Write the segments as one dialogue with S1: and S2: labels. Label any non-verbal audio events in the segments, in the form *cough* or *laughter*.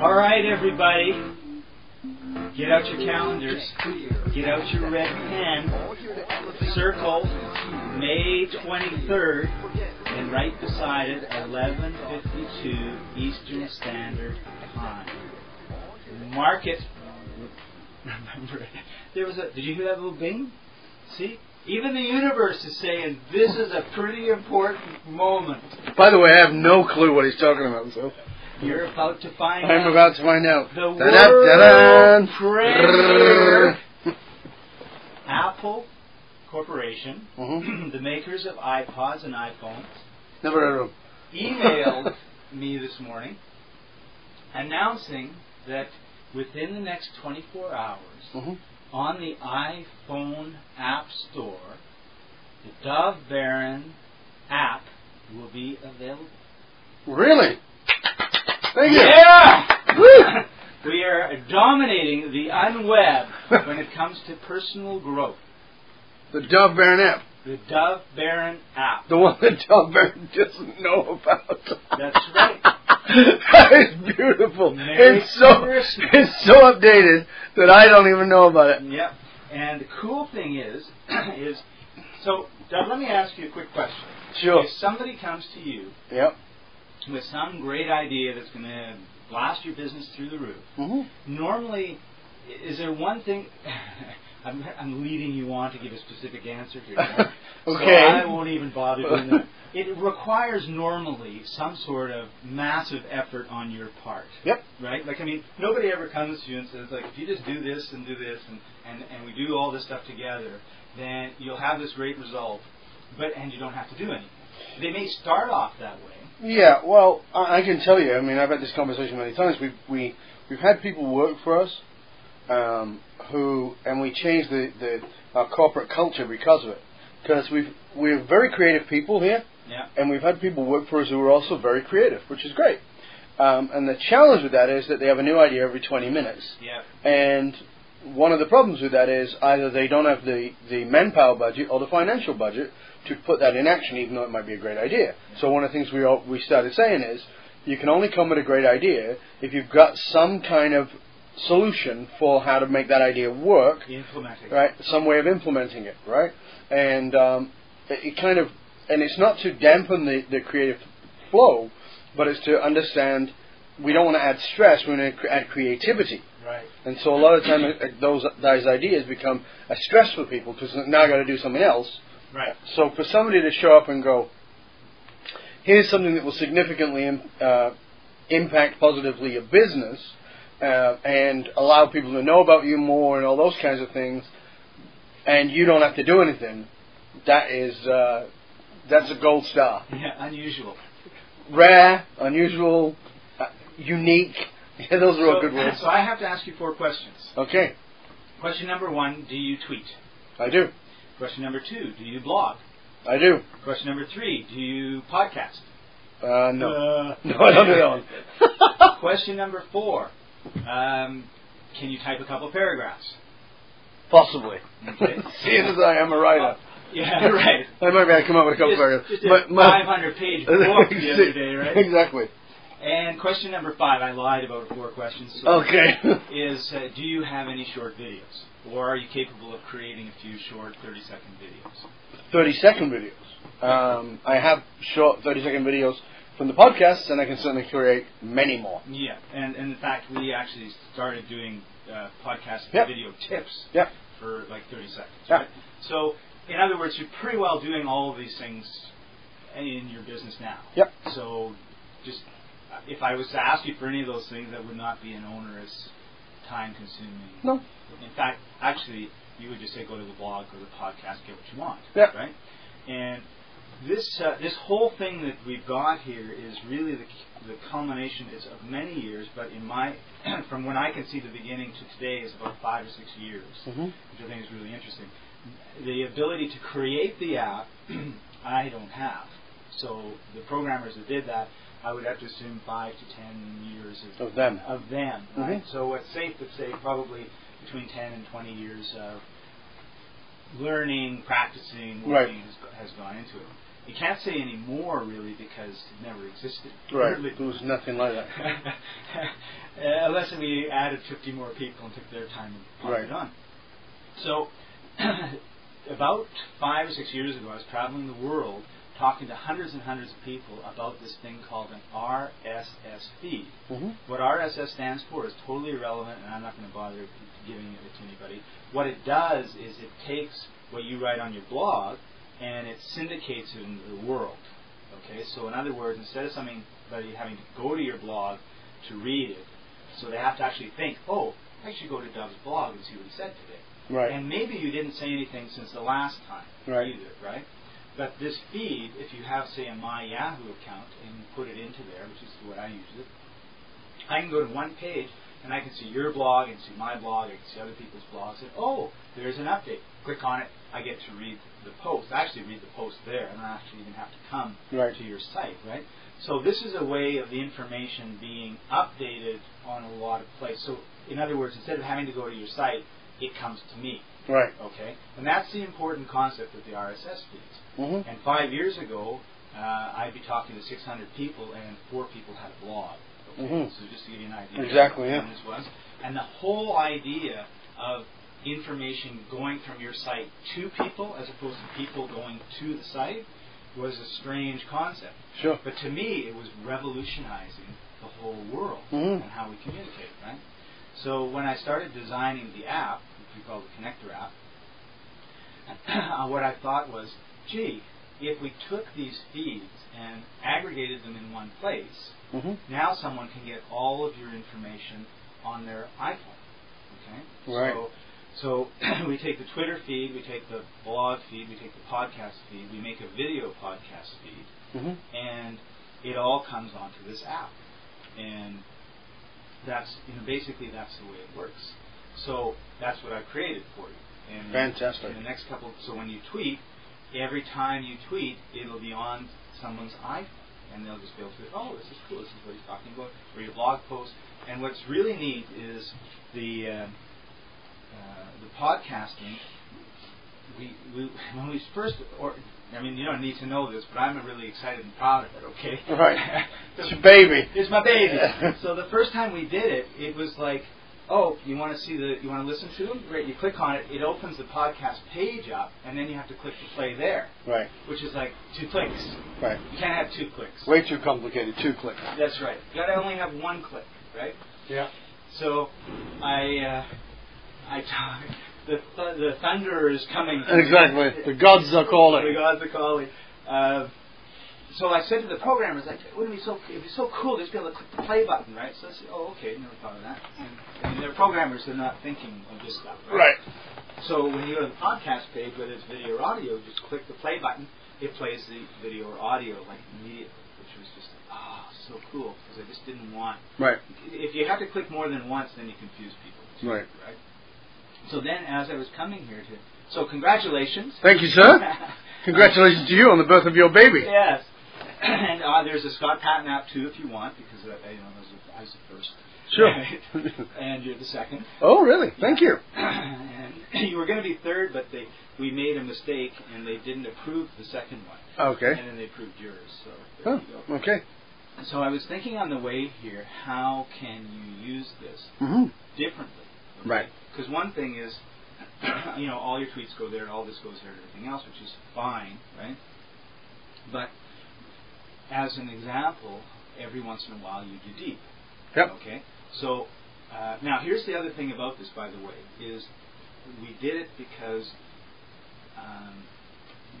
S1: All right, everybody. Get out your calendars. Get out your red pen. Circle May 23rd, and right beside it, 11:52 Eastern Standard Time. Mark it. Remember it. There was a. Did you hear that little bing? See, even the universe is saying this is a pretty important moment.
S2: By the way, I have no clue what he's talking about, so
S1: You're about to find.
S2: I'm
S1: out.
S2: about to find out.
S1: The
S2: Da-da-da-da.
S1: World Premiere Apple Corporation, *clears throat*
S2: Mhm.
S1: the makers of iPods and iPhones,
S2: Never heard of him.
S1: emailed me this morning announcing that within the next 24 hours
S2: Mhm.
S1: on the iPhone App Store, the Dove Baron app will be available.
S2: Mm-hmm. Really? Thank you.
S1: Yeah!
S2: Woo!
S1: we are dominating the unweb when it comes to personal growth.
S2: The Dove Baron app.
S1: The Dove Baron app.
S2: The one that Dove Baron doesn't know about.
S1: That's right.
S2: *laughs* that is beautiful.
S1: Merry
S2: it's so
S1: Christmas.
S2: it's so updated that I don't even know about it.
S1: Yep. And the cool thing is, *clears throat* is so Doug, let me ask you a quick question.
S2: Sure.
S1: If somebody comes to you
S2: Yep.
S1: with some great idea that's going to blast your business through the roof,
S2: *laughs* hmm
S1: normally, i- is there one thing? *laughs* I'm, I'm leading you on to give a specific answer here.
S2: *laughs*
S1: So
S2: Okay.
S1: I won't even bother doing
S2: *laughs*
S1: that. It requires normally some sort of massive effort on your part.
S2: Yep.
S1: Right? Like, I mean, nobody ever comes to you and says, like, if you just do this and do this and, and, and we do all this stuff together, then you'll have this great result, but, and you don't have to do anything. They may start off that way.
S2: Yeah, well, I, I can tell you. I mean, I've had this conversation many times. We've we we've had people work for us um, who, and we changed the, the our corporate culture because of it. Because we've we're very creative people here,
S1: Yeah.
S2: and we've had people work for us who are also very creative, which is great. Um, and the challenge with that is that they have a new idea every 20 minutes,
S1: Yeah.
S2: and one of the problems with that is either they don't have the, the manpower budget or the financial budget to put that in action, even though it might be a great idea. So one of the things we all, we started saying is you can only come with a great idea if you've got some kind of solution for how to make that idea work
S1: Implementing.
S2: right? Some way of implementing it, right? And um, it, it kind of, and it's not to dampen the, the creative flow, but it's to understand we don't want to add stress, we want to cre- add creativity.
S1: Right.
S2: And so a lot of the time, it, it- those those ideas become a stress for people because now I got to do something else.
S1: Right.
S2: So for somebody to show up and go, here's something that will significantly im- uh, impact positively your business uh, and allow people to know about you more and all those kinds of things, and you don't have to do anything, that is uh, that's a gold star.
S1: Yeah, unusual.
S2: Rare, unusual, uh, unique. *laughs* Yeah, those are all good words.
S1: so I have to ask you four questions.
S2: Okay,
S1: Question number one, do you tweet?
S2: I do,
S1: Question number two, do you blog?
S2: I do.
S1: Question number three, do you
S2: *laughs*
S1: podcast?
S2: Uh, no.
S1: Uh,
S2: *laughs* No, I don't do that
S1: *laughs*
S2: one.
S1: Question number four, um, can you type a couple paragraphs?
S2: Possibly.
S1: Okay.
S2: Seeing as I am a writer.
S1: Oh, Yeah, *laughs* right.
S2: I might be able to come up with a couple
S1: Just-
S2: of
S1: just
S2: ideas.
S1: a 500-page
S2: *laughs*
S1: book the other day, right?
S2: Exactly.
S1: And question number five, I lied about four questions. so-
S2: Okay. *laughs*
S1: Is uh, do you have any short videos, or are you capable of creating a few short thirty-second videos?
S2: 30 second videos. Um, I have short 30 second videos from the podcast, and I can certainly create many more.
S1: Yeah, and, and in fact, we actually started doing uh, podcast
S2: Yep.
S1: video tips
S2: Yep.
S1: for like thirty seconds.
S2: Yep.
S1: Right? So, in other words, you're pretty well doing all of these things in your business now.
S2: Yep.
S1: So, just uh, if I was to ask you for any of those things, that would not be an onerous, time-consuming.
S2: No.
S1: In fact, actually, you would just say go to the blog, go to the podcast, get what you want.
S2: Yep.
S1: Right. And this uh, this whole thing that we've got here is really the the culmination is of many years, but in my *clears throat* from when I can see the beginning to today is about five or six years
S2: Mm-hmm.
S1: which I think is really interesting. The ability to create the app, *clears throat* I don't have. So the programmers that did that, I would have to assume five to ten years of,
S2: Of them.
S1: Of them, right?
S2: Mhm.
S1: So it's safe to say probably between ten and twenty years of learning, practicing,
S2: Right.
S1: working has, has gone into it. You can't say any more really because it never existed. *laughs*
S2: Right.
S1: Really.
S2: There was nothing like that.
S1: *laughs* uh, Unless we added 50 more people and took their time and popped
S2: Right.
S1: it on. So, *clears throat* about five or six years ago, I was traveling the world talking to hundreds and hundreds of people about this thing called an RSS feed.
S2: hmm
S1: What RSS stands for is totally irrelevant, and I'm not going to bother giving it to anybody. What it does is it takes what you write on your blog and it syndicates it into the world. Okay, so in other words, instead of somebody having to go to your blog to read it, so they have to actually think, oh, I should go to Doug's blog and see what he said today.
S2: Right.
S1: And maybe you didn't say anything since the last time
S2: Right.
S1: either, right? But this feed, if you have, say, a My Yahoo account and you put it into there, which is the way I use it, I can go to one page and I can see your blog and see my blog, I can see other people's blogs, and oh, there's an update. Click on it, I get to read the post. I actually read the post there, I don't actually even have to come
S2: Right.
S1: to your site, right? So this is a way of the information being updated on a lot of places. So in other words, instead of having to go to your site, it comes to me,
S2: Right.
S1: okay? And that's the important concept of the RSS feeds.
S2: hmm
S1: And five years ago, uh, I'd be talking to 600 people, and four people had a blog. Okay?
S2: Mhm.
S1: So just to give you an idea,
S2: Exactly,
S1: of
S2: yeah.
S1: what This was, and the whole idea of information going from your site to people, as opposed to people going to the site, was a strange concept.
S2: Sure.
S1: But to me, it was revolutionizing the whole world
S2: Mhm.
S1: and how we communicate, right? So when I started designing the app, which we call the Connector app, *clears throat* uh, what I thought was, gee, if we took these feeds and aggregated them in one place,
S2: hmm
S1: now someone can get all of your information on their iPhone. Okay?
S2: Right.
S1: So, so *clears throat* we take the Twitter feed, we take the blog feed, we take the podcast feed, we make a video podcast feed,
S2: hmm
S1: and it all comes onto this app. And that's you know basically that's the way it works. So that's what I created for you. And
S2: Fantastic.
S1: In the next couple, so when you tweet, every time you tweet, it'll be on someone's iPhone, and they'll just be able to, oh, this is cool. This is what he's talking about, or your blog post. And what's really neat is the um uh, the podcasting. We, we *laughs* when we first or I mean you don't need to know this, but I'm really excited and proud of it. Okay, *laughs*
S2: Right. It's your baby.
S1: It's my
S2: *laughs*
S1: baby. so the first time we did it, it was like, oh, you want to see the, you want to listen to them? Great. You click on it, it opens the podcast page up, and then you have to click to play there,
S2: Right.
S1: which is like two clicks.
S2: Right.
S1: You can't have two clicks.
S2: Way too complicated. Two clicks.
S1: That's right. You gotta only have one click, right?
S2: Yeah.
S1: So, I, uh, I talk. The, th- the thunder is coming.
S2: Exactly. The gods are
S1: We
S2: calling.
S1: got the calling. Uh, so I said to the programmers, like, it wouldn't it be so, it'd be so cool just be able to click the play button, right? So I said, oh, okay, never thought of that. And, and they're programmers, they're not thinking of this stuff, right?
S2: Right.
S1: So when you go to the podcast page, whether it's video or audio, just click the play button. It plays the video or audio like immediately, which was just like, ah, so cool, because I just didn't want.
S2: Right.
S1: If you have to click more than once, then you confuse people.
S2: Right.
S1: Right. So then, as I was coming here to, so congratulations.
S2: Thank you,
S1: *laughs*
S2: sir. Congratulations to you on the birth of your baby.
S1: Yes. *clears throat* And uh, there's a Scott Patton app too, if you want, because uh, you know I was, the- I was the first.
S2: Sure.
S1: *laughs* and you're the second.
S2: oh, really? Thank you.
S1: and *clears throat* you were going to be third, but they we made a mistake and they didn't approve the second one.
S2: Okay.
S1: And then they approved yours. So there
S2: Oh,
S1: you go.
S2: okay.
S1: And So I was thinking on the way here, how can you use this
S2: hmm
S1: Mm-hmm. differently?
S2: Right.
S1: Because one thing is, *clears throat* you know, all your tweets go there, all this goes there, and everything else, which is fine, right? But as an example, every once in a while you do deep.
S2: Yep.
S1: Okay. So uh, now here's the other thing about this, by the way, is we did it because um,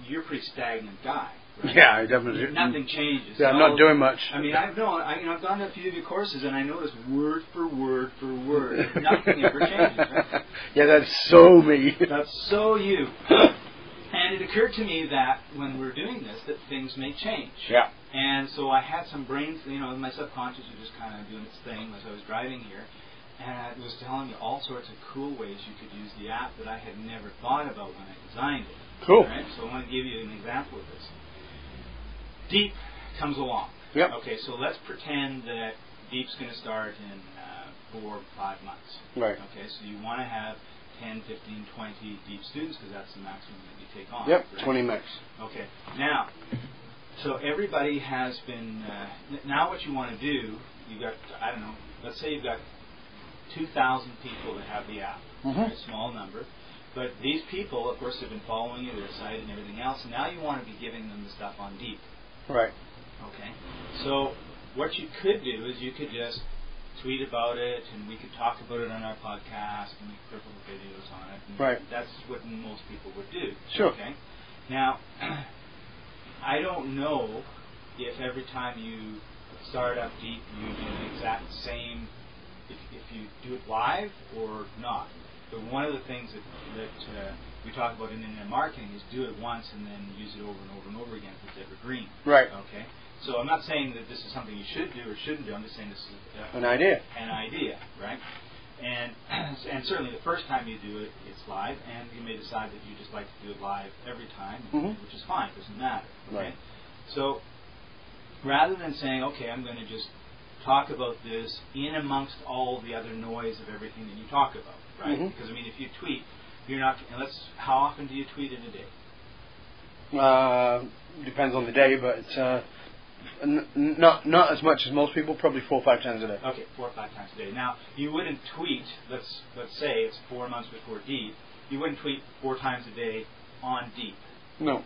S1: you're a pretty stagnant guy. Right?
S2: Yeah, I definitely.
S1: Nothing changes.
S2: Yeah, I'm
S1: All-
S2: not doing much.
S1: I mean, I've known, I, you know, I've gone to a few of your courses, and I noticed word for word for word, nothing ever changes. Right?
S2: *laughs* yeah, that's so me.
S1: That's so you. And it occurred to me that when we're doing this, that things may change.
S2: *laughs* Yeah.
S1: And so I had some brains, you know, my subconscious was just kind of doing its thing as I was driving here, and it was telling me all sorts of cool ways you could use the app that I had never thought about when I designed it. All
S2: Cool.
S1: right, So I want to give you an example of this. Deep comes along.
S2: Yep.
S1: Okay, so let's pretend that Deep's going to start in uh, four, five months.
S2: Right.
S1: Okay, so you want to have 10, 15, 20 Deep students because that's the maximum that you take on.
S2: Yep.
S1: right?
S2: Twenty max.
S1: Okay. Now, So everybody has been. Uh, n- now what you want to do, you've got I don't know. Let's say you've got 2,000 people that have the app.
S2: Mhm.
S1: A small number. But these people, of course, have been following you, their site, and everything else. And now you want to be giving them the stuff on deep.
S2: Right.
S1: Okay. So what you could do is you could just tweet about it, and we could talk about it on our podcast, and we could put little videos on it. and
S2: Right.
S1: That's what most people would do.
S2: Sure.
S1: Okay. Now, *clears throat* I don't know if every time you start up deep, you do the exact same. If, if you do it live or not. But one of the things that, that uh, we talk about in internet marketing is do it once and then use it over and over and over again if it's evergreen.
S2: Right.
S1: Okay. So I'm not saying that this is something you should do or shouldn't do. I'm just saying this is uh,
S2: An idea.
S1: an idea, right? And *clears throat* and certainly the first time you do it, it's live, and you may decide that you just like to do it live every time,
S2: Mhm.
S1: which is fine. It doesn't matter. Okay.
S2: Right.
S1: So rather than saying, okay, I'm going to just talk about this in amongst all the other noise of everything that you talk about, right?
S2: Mhm.
S1: Because I mean, if you tweet, you're not. And let's. How often do you tweet in a day?
S2: Uh, depends on the day, but uh, n- n- not not as much as most people. Probably four or five times a day.
S1: Okay, four or five times a day. Now, you wouldn't tweet. Let's let's say it's four months before deep. You wouldn't tweet four times a day on deep.
S2: No.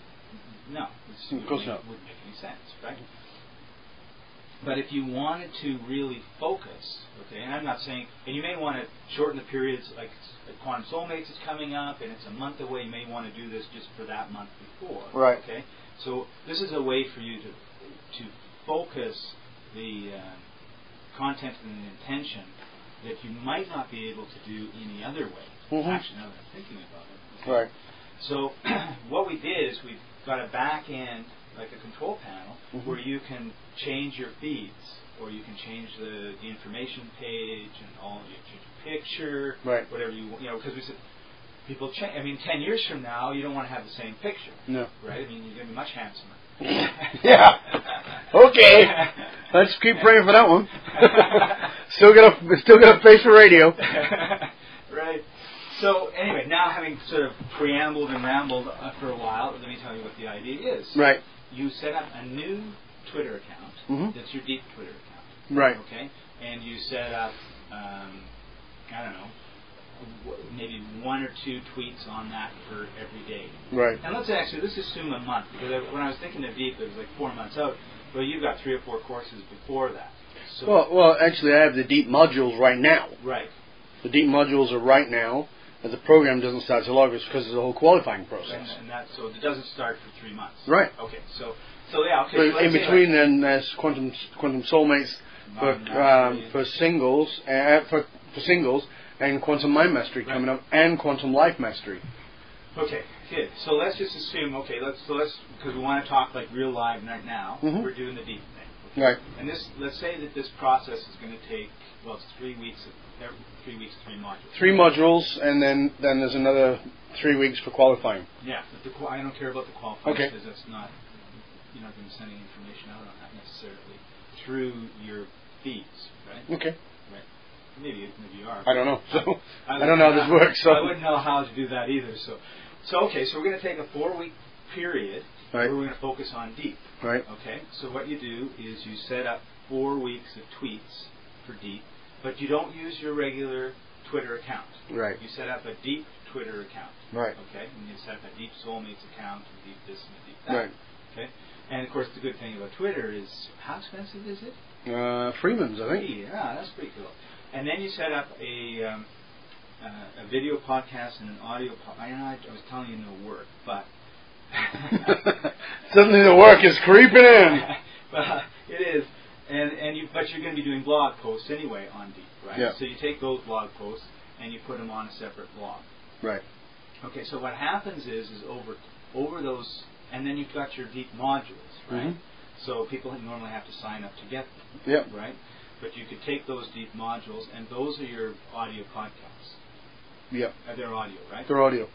S1: No, it's,
S2: Of course
S1: wouldn't,
S2: not.
S1: Make, wouldn't make any sense, right? But if you wanted to really focus, okay, and I'm not saying, and you may want to shorten the periods, like s- Quantum Soulmates is coming up, and it's a month away. You may want to do this just for that month before,
S2: Right.
S1: Okay, so this is a way for you to to focus the uh, content and the intention that you might not be able to do any other way.
S2: Mhm.
S1: Actually, now that I'm thinking about it, okay?
S2: Right.
S1: So *clears throat* what we did is we've got a back end, like a control panel,
S2: Mhm.
S1: where you can change your feeds, or you can change the, the information page and all. You can change your picture,
S2: Right.
S1: whatever you want. You know, because we said people change. I mean, ten years from now, you don't want to have the same picture,
S2: No.
S1: right? I mean, you're going to be much handsomer. *laughs*
S2: *laughs* yeah. Okay. Let's keep praying for that one. *laughs* still got a still got a face for radio.
S1: right. So anyway, now having sort of preambled and rambled uh, for a while, let me tell you what the idea is.
S2: Right.
S1: You set up a new Twitter account.
S2: Mhm.
S1: That's your deep Twitter account.
S2: Right.
S1: Okay. And you set up, um, I don't know, w- maybe one or two tweets on that for every day.
S2: Right.
S1: And let's actually let's assume a month because I, when I was thinking of deep, it was like four months out. Well, you've got three or four courses before that. So
S2: Well, well, actually, I have the deep modules right now.
S1: right.
S2: The deep modules are right now, and the program doesn't start till August because of the whole qualifying
S1: And,
S2: process.
S1: and that so it doesn't start for three months.
S2: Right.
S1: Okay. So so yeah. Okay.
S2: So
S1: so
S2: in
S1: let's say,
S2: between, then there's quantum quantum soulmates
S1: like,
S2: for
S1: Modern
S2: um,
S1: Mastery,
S2: for singles uh, for for singles and quantum mind mastery
S1: Right.
S2: coming up and quantum life mastery.
S1: Okay, good. So let's just assume. Okay, let's so let's because we want to talk like real live right now.
S2: Mhm.
S1: We're doing the deep thing.
S2: Right.
S1: And this, let's say that this process is going to take well, it's three weeks, of, every, three weeks, three modules.
S2: Three modules, and then then there's another three weeks for qualifying.
S1: Yeah, but the, qua- I don't care about the qualifiers
S2: Okay.
S1: because that's not you're not going to send any information out on that necessarily through your feeds, right?
S2: Okay.
S1: Maybe maybe you are.
S2: Mm. I don't know. *laughs* So
S1: I,
S2: don't know how this works, so-
S1: I wouldn't know how to do that either. So, so okay, so we're going to take a four-week period
S2: right,
S1: where we're going to focus on deep.
S2: right,
S1: Okay, so what you do is you set up four weeks of tweets for deep, but you don't use your regular Twitter account.
S2: right,
S1: You set up a deep Twitter account.
S2: right,
S1: Okay, and you set up a deep soulmates account, and deep this and deep that.
S2: right.
S1: Okay, and of course the good thing about Twitter is how expensive is it?
S2: Uh, Freeman's, I think.
S1: Yeah, that's pretty cool. And then you set up a um, uh, a video podcast and an audio. Po- I know I, I was telling you no work,
S2: *laughs*
S1: but
S2: *laughs*
S1: *laughs*
S2: Suddenly the work is creeping in.
S1: *laughs* well, it is, and and you but you're going to be doing blog posts anyway on Deep, right?
S2: Yeah.
S1: So you take those blog posts and you put them on a separate blog.
S2: Right.
S1: Okay, so what happens is is over over those, and then you've got your Deep modules, right?
S2: Mhm.
S1: So people normally have to sign up to get them
S2: Yep.
S1: right? But you could take those deep modules, and those are your audio podcasts.
S2: Yep.
S1: Uh, they're audio, right?
S2: They're audio.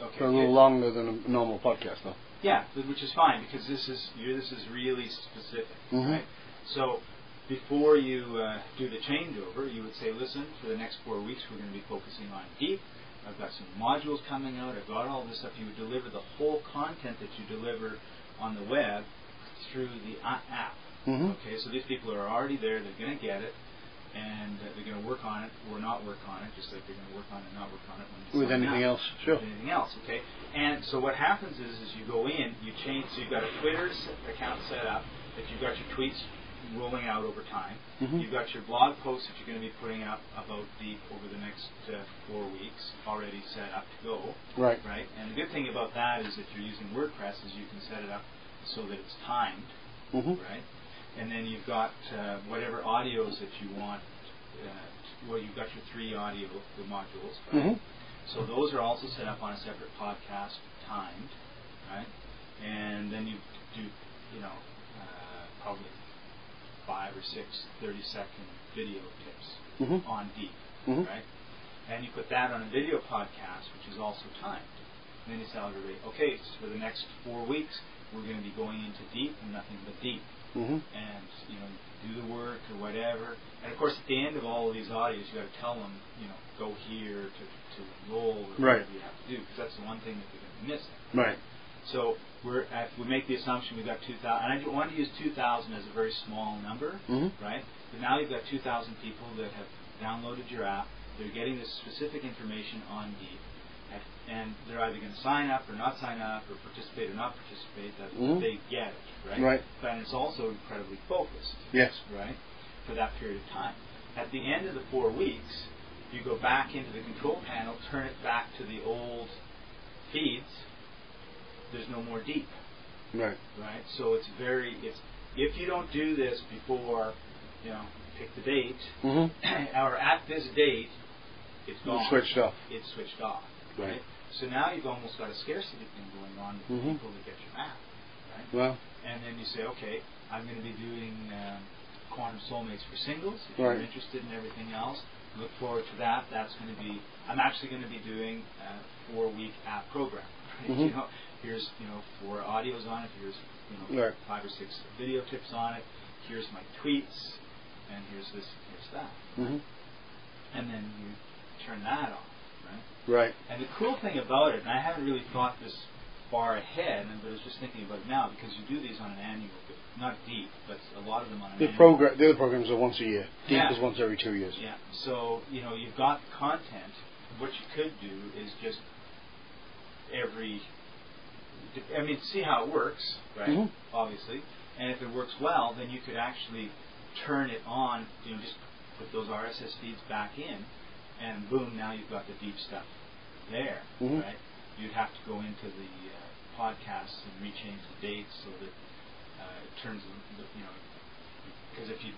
S1: Okay.
S2: They're a little longer than a normal podcast, though.
S1: Yeah, but- which is fine because this is you this is really specific,
S2: Mhm.
S1: right? So before you uh, do the changeover, you would say, listen, for the next four weeks, we're going to be focusing on deep. I've got some modules coming out. I've got all this stuff. You would deliver the whole content that you deliver on the web through the uh, app.
S2: hmm
S1: Okay, so these people are already there. They're going to get it, and uh, they're going to work on it or not work on it, just like they're going to work on it and not work on it when
S2: With anything else, sure.
S1: with anything else. Okay, and so what happens is, is you go in, you change. So you've got a Twitter s- account set up that you've got your tweets rolling out over time.
S2: hmm
S1: You've got your blog posts that you're going to be putting up about Deep over the next uh, four weeks already set up to go
S2: Right.
S1: right? And the good thing about that is if you're using WordPress is you can set it up so that it's timed,
S2: hmm
S1: right? And then you've got uh, whatever audios that you want. Uh, well, you've got your three audio the modules, right?
S2: hmm
S1: So those are also set up on a separate podcast, timed, right? And then you do, you know, uh, probably five or six 30-second video tips
S2: hmm
S1: on Deep
S2: hmm
S1: right? And you put that on a video podcast, which is also timed. And then you tell everybody, okay, so for the next four weeks, we're going to be going into deep and nothing but deep.
S2: hmm
S1: And, you know, do the work or whatever. And of course, at the end of all of these audios, you got to tell them, you know, go here to, to roll or
S2: Right.
S1: whatever you have to do, because that's the one thing that they're going to be missing.
S2: Right.
S1: So we're, if we make the assumption we've got 2,000, and I do- wanted to use 2,000 as a very small number,
S2: hmm
S1: right? But now you've got 2,000 people that have downloaded your app. They're getting this specific information on Deep, and- and they're either going to sign up or not sign up, or participate or not participate. That
S2: Mhm.
S1: they get it, right?
S2: Right.
S1: But it's also incredibly focused,
S2: Yes.
S1: right, for that period of time. At the end of the four weeks, you go back into the control panel, turn it back to the old feeds. There's no more Deep
S2: Right.
S1: right? So it's very it's if you don't do this before, you know, pick the date
S2: hmm
S1: or at this date, it's gone.
S2: Switched off.
S1: It's switched off.
S2: Right.
S1: So now you've almost got a scarcity thing going on with
S2: Mhm.
S1: people that get your map, right?
S2: Well.
S1: And then you say, okay, I'm going to be doing um, Quantum Soulmates for singles. If you're
S2: Right.
S1: interested in everything else, look forward to that. That's going to be, I'm actually going to be doing a four week app program. *laughs* Right? You
S2: Mhm.
S1: know, here's, you know, four audios on it. Here's, you know,
S2: Right.
S1: five or six video tips on it. Here's my tweets. And here's this, here's that.
S2: hmm
S1: And then you turn that off, right?
S2: Right.
S1: And the cool thing about it, and I haven't really thought this far ahead, and- but I was just thinking about it now because you do these on an annual, ba- not deep, but a lot of them on an
S2: The
S1: annual.
S2: program. The other programs are once a year. Deep
S1: Yeah.
S2: is once every two years.
S1: Yeah. So you know you've got content. What you could do is just every. I mean, see how it works, right?
S2: Mhm.
S1: Obviously, and if it works well, then you could actually turn it on. You know, just put those RSS feeds back in, and boom, now you've got the deep stuff there,
S2: Mhm.
S1: right? You'd have to go into the uh, podcasts and rechange the dates so that uh, it turns, you know, because if you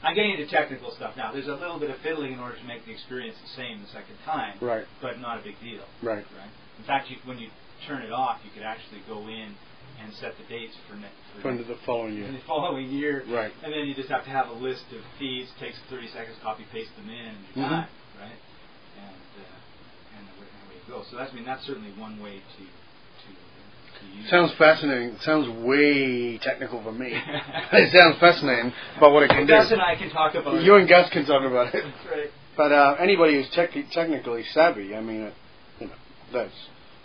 S1: I'm getting into technical stuff now. There's a little bit of fiddling in order to make the experience the same the second time,
S2: Right.
S1: but not a big deal,
S2: Right.
S1: right? In fact, you, when you turn it off, you could actually go in and set the dates for, ne- *laughs* for,
S2: From
S1: next-
S2: the following
S1: for
S2: year.
S1: the following year,
S2: Right.
S1: and then you just have to have a list of feeds, takes 30 seconds, copy paste them in, and you're
S2: Mhm.
S1: done, right? And uh, and away, and away you go. So that's I mean that's certainly one way to to, to use.
S2: *laughs* Sounds
S1: it.
S2: fascinating. Sounds way technical for me. *laughs* it
S1: fascinating.
S2: sounds fascinating about what it can
S1: Gus
S2: do.
S1: and I can talk about
S2: You
S1: it.
S2: and Gus can talk about it.
S1: *laughs*
S2: *laughs*
S1: That's right.
S2: But uh, anybody who's tech- technically savvy, I mean, uh, you know, that's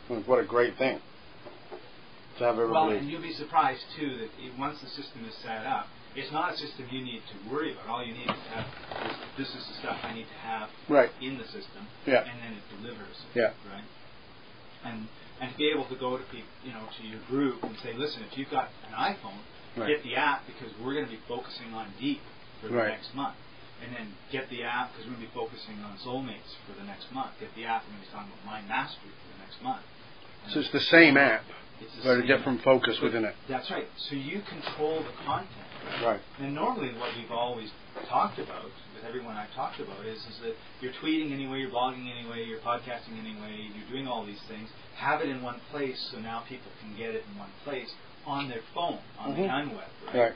S2: I mean, what a great thing to have
S1: Well,
S2: everybody.
S1: and you'll be surprised too that it, once the system is set up, it's not a system you need to worry about. All you need is to have this, this is the stuff I need to have
S2: right.
S1: in the system,
S2: Yeah.
S1: and then it delivers.
S2: Yeah.
S1: Right. And and to be able to go to people, you know, to your group and say, listen, if you've got an iPhone,
S2: Right.
S1: get the app because we're going to be focusing on deep for the
S2: Right.
S1: next month. And then get the app because we're going to be focusing on soulmates for the next month. Get the app, we're going to be talking about mind mastery for the next month.
S2: So it's the same app,
S1: It's the
S2: but a
S1: same
S2: different focus within it.
S1: that's right. So you control the content.
S2: Right.
S1: And normally, what we've always talked about with everyone I've talked about is, is that you're tweeting anyway, you're blogging anyway, you're podcasting anyway, you're doing all these things. Have it in one place so now people can get it in one place on their phone, on the
S2: Mhm.
S1: unweb, right?
S2: Right.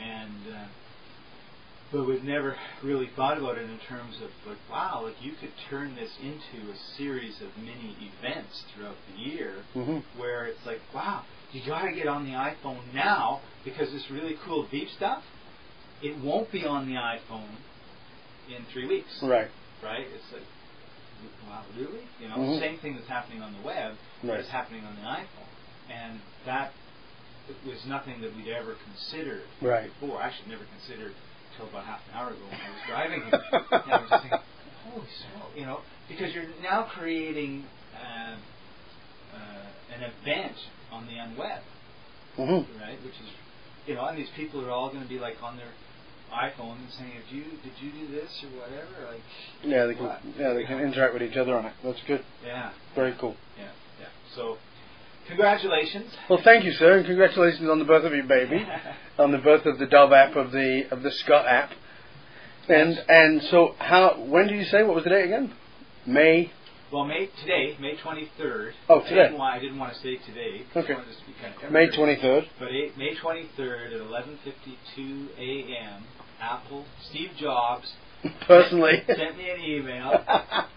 S1: And uh, but we've never really thought about it in terms of like, wow, like you could turn this into a series of mini events throughout the year
S2: hmm
S1: where it's like, wow, you got to get on the iPhone now because this really cool deep stuff, it won't be on the iPhone in three weeks,
S2: Right.
S1: right? It's like, wow, really? You know,
S2: Mhm.
S1: same thing that's happening on the web
S2: Right.
S1: is happening on the iPhone, and that it was nothing that we'd ever considered
S2: Right.
S1: before. Actually, never considered until about half an hour ago when I was
S2: *laughs*
S1: driving here. and I was just thinking, holy smoke, you know, because you're now creating uh, uh, an event on the unweb,
S2: hmm
S1: right? Which is, you know, and these people are all going to be like on their iPhone and saying, "Did you did you do this or whatever?" Like,
S2: Yeah, they can. Yeah, they can interact with each other on it. That's good.
S1: yeah,
S2: Very cool.
S1: yeah, yeah. So, congratulations.
S2: Well, thank you, sir, and congratulations on the birth of your baby, on the birth of the Dove app of the of the Scott app, and and so how? When did you say what was the date again? May.
S1: *laughs* Well, May today, May 23rd.
S2: Oh,
S1: I
S2: today.
S1: didn't, want, I didn't want to say today. 'cause
S2: Okay.
S1: I wanted this to be kind of
S2: May
S1: evergreen.
S2: twenty third.
S1: But eight, May 23rd at 11:52 a.m. Apple Steve Jobs
S2: *laughs* Personally.
S1: sent me an email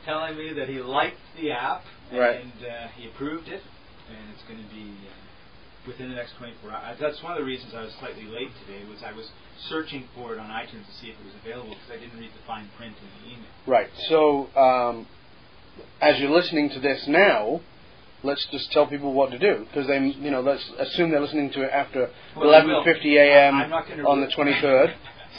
S1: telling me that he liked the app
S2: Right.
S1: and uh, he approved it, and it's going to be uh, within the next 24 hours. That's one of the reasons I was slightly late today was I was searching for it on iTunes to see if it was available because I didn't read the fine print in the email.
S2: *laughs* Right. So, um, as you're listening to this now, let's just tell people what to do because they, you know, let's assume they're listening to it after
S1: Well, they will.
S2: 11:50 a.m.
S1: I- I'm not gonna
S2: on the
S1: read- *laughs*
S2: 23rd.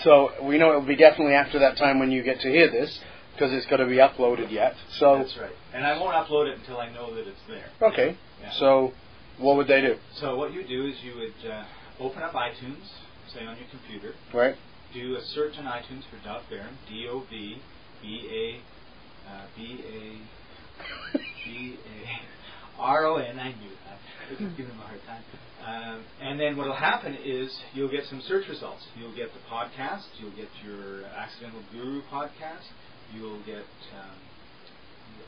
S2: So we know it'll be definitely after that time when you get to hear this because it's got to be uploaded yet. So
S1: That's right. And I won't upload it until I know that it's there.
S2: okay.
S1: Yeah.
S2: So what would they do?
S1: So what you do is you would uh, open up iTunes, say on your computer,
S2: Right.
S1: do a search on iTunes for Dov Barron, D O V B A uh, B A B A R O N. I knew that. I was giving him a hard time. Um, and then what will happen is you'll get some search results. You'll get the podcast. You'll get your Accidental Guru podcast. You'll get um,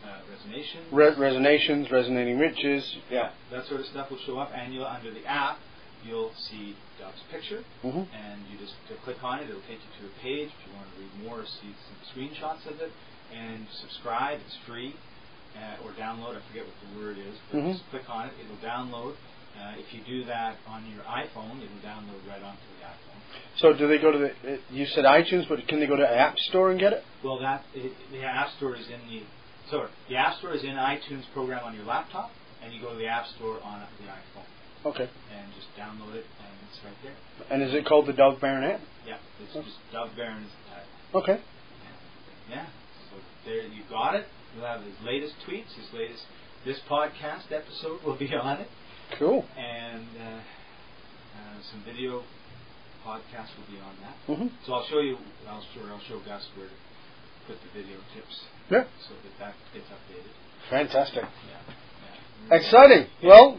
S1: uh, Resonation.
S2: Re- resonations, resonating riches.
S1: Yeah, that sort of stuff will show up, and you'll under the app, you'll see Dov's picture,
S2: hmm
S1: and you just uh, click on it. It'll take you to a page if you want to read more, see some screenshots of it, and subscribe. It's free, uh, or download. I forget what the word is, but
S2: Mhm.
S1: just click on it. It'll download. Uh, if you do that on your iPhone, it'll download right onto the iPhone.
S2: So do they go to the? uh, You said iTunes, but can they go to App Store and get it?
S1: Well, that it, the App Store is in the sorry, the App Store is in iTunes program on your laptop, and you go to the App Store on the iPhone
S2: Okay.
S1: and just download it, and it's right there.
S2: And is it called the Dove Baron app?
S1: Yeah, it's just Dove Barron's attack.
S2: Okay.
S1: Yeah, so there you got it. You'll have his latest tweets, his latest. This podcast episode will be *laughs* on it,
S2: Cool.
S1: and uh, uh, some video podcasts will be on that.
S2: hmm
S1: So I'll show you. I'll show. I'll show Gus where to put the video tips.
S2: Yeah.
S1: So that that gets updated.
S2: Fantastic.
S1: Yeah. yeah.
S2: Exciting. Well,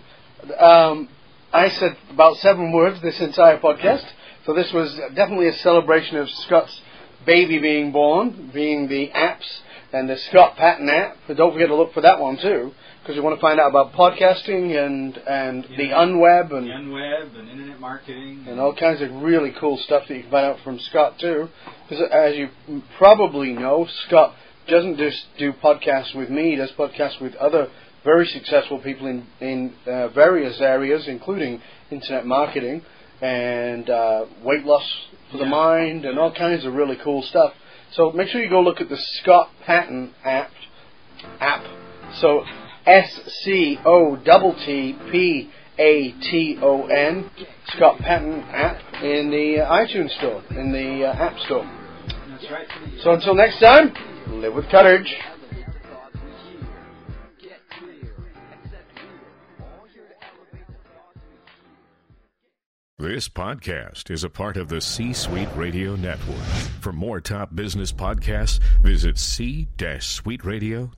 S2: um, I said about seven words this entire podcast, so this was definitely a celebration of Scott's baby being born, being the apps and the Scott Patton app. But don't forget to look for that one too, because you want to find out about podcasting and and the
S1: Yeah.
S2: unweb
S1: The
S2: and
S1: unweb and internet marketing.
S2: and all kinds of really cool stuff that you can find out from Scott too. Because as you probably know, Scott doesn't just do podcasts with me; he does podcasts with other very successful people in in uh, various areas, including internet marketing and uh, weight loss for the
S1: Yeah.
S2: mind, and all kinds of really cool stuff. So make sure you go look at the Scott Patton app. App. So S C O double T P A T O N. Scott Patton app in the uh, iTunes store, in the uh, App Store.
S1: That's right.
S2: So until next time, live with courage.
S3: Get clear. Accept clear. All here to elevate the thoughts we hear.
S4: This podcast is a part of the C Suite Radio Network. For more top business podcasts, visit c-suiteradio.com.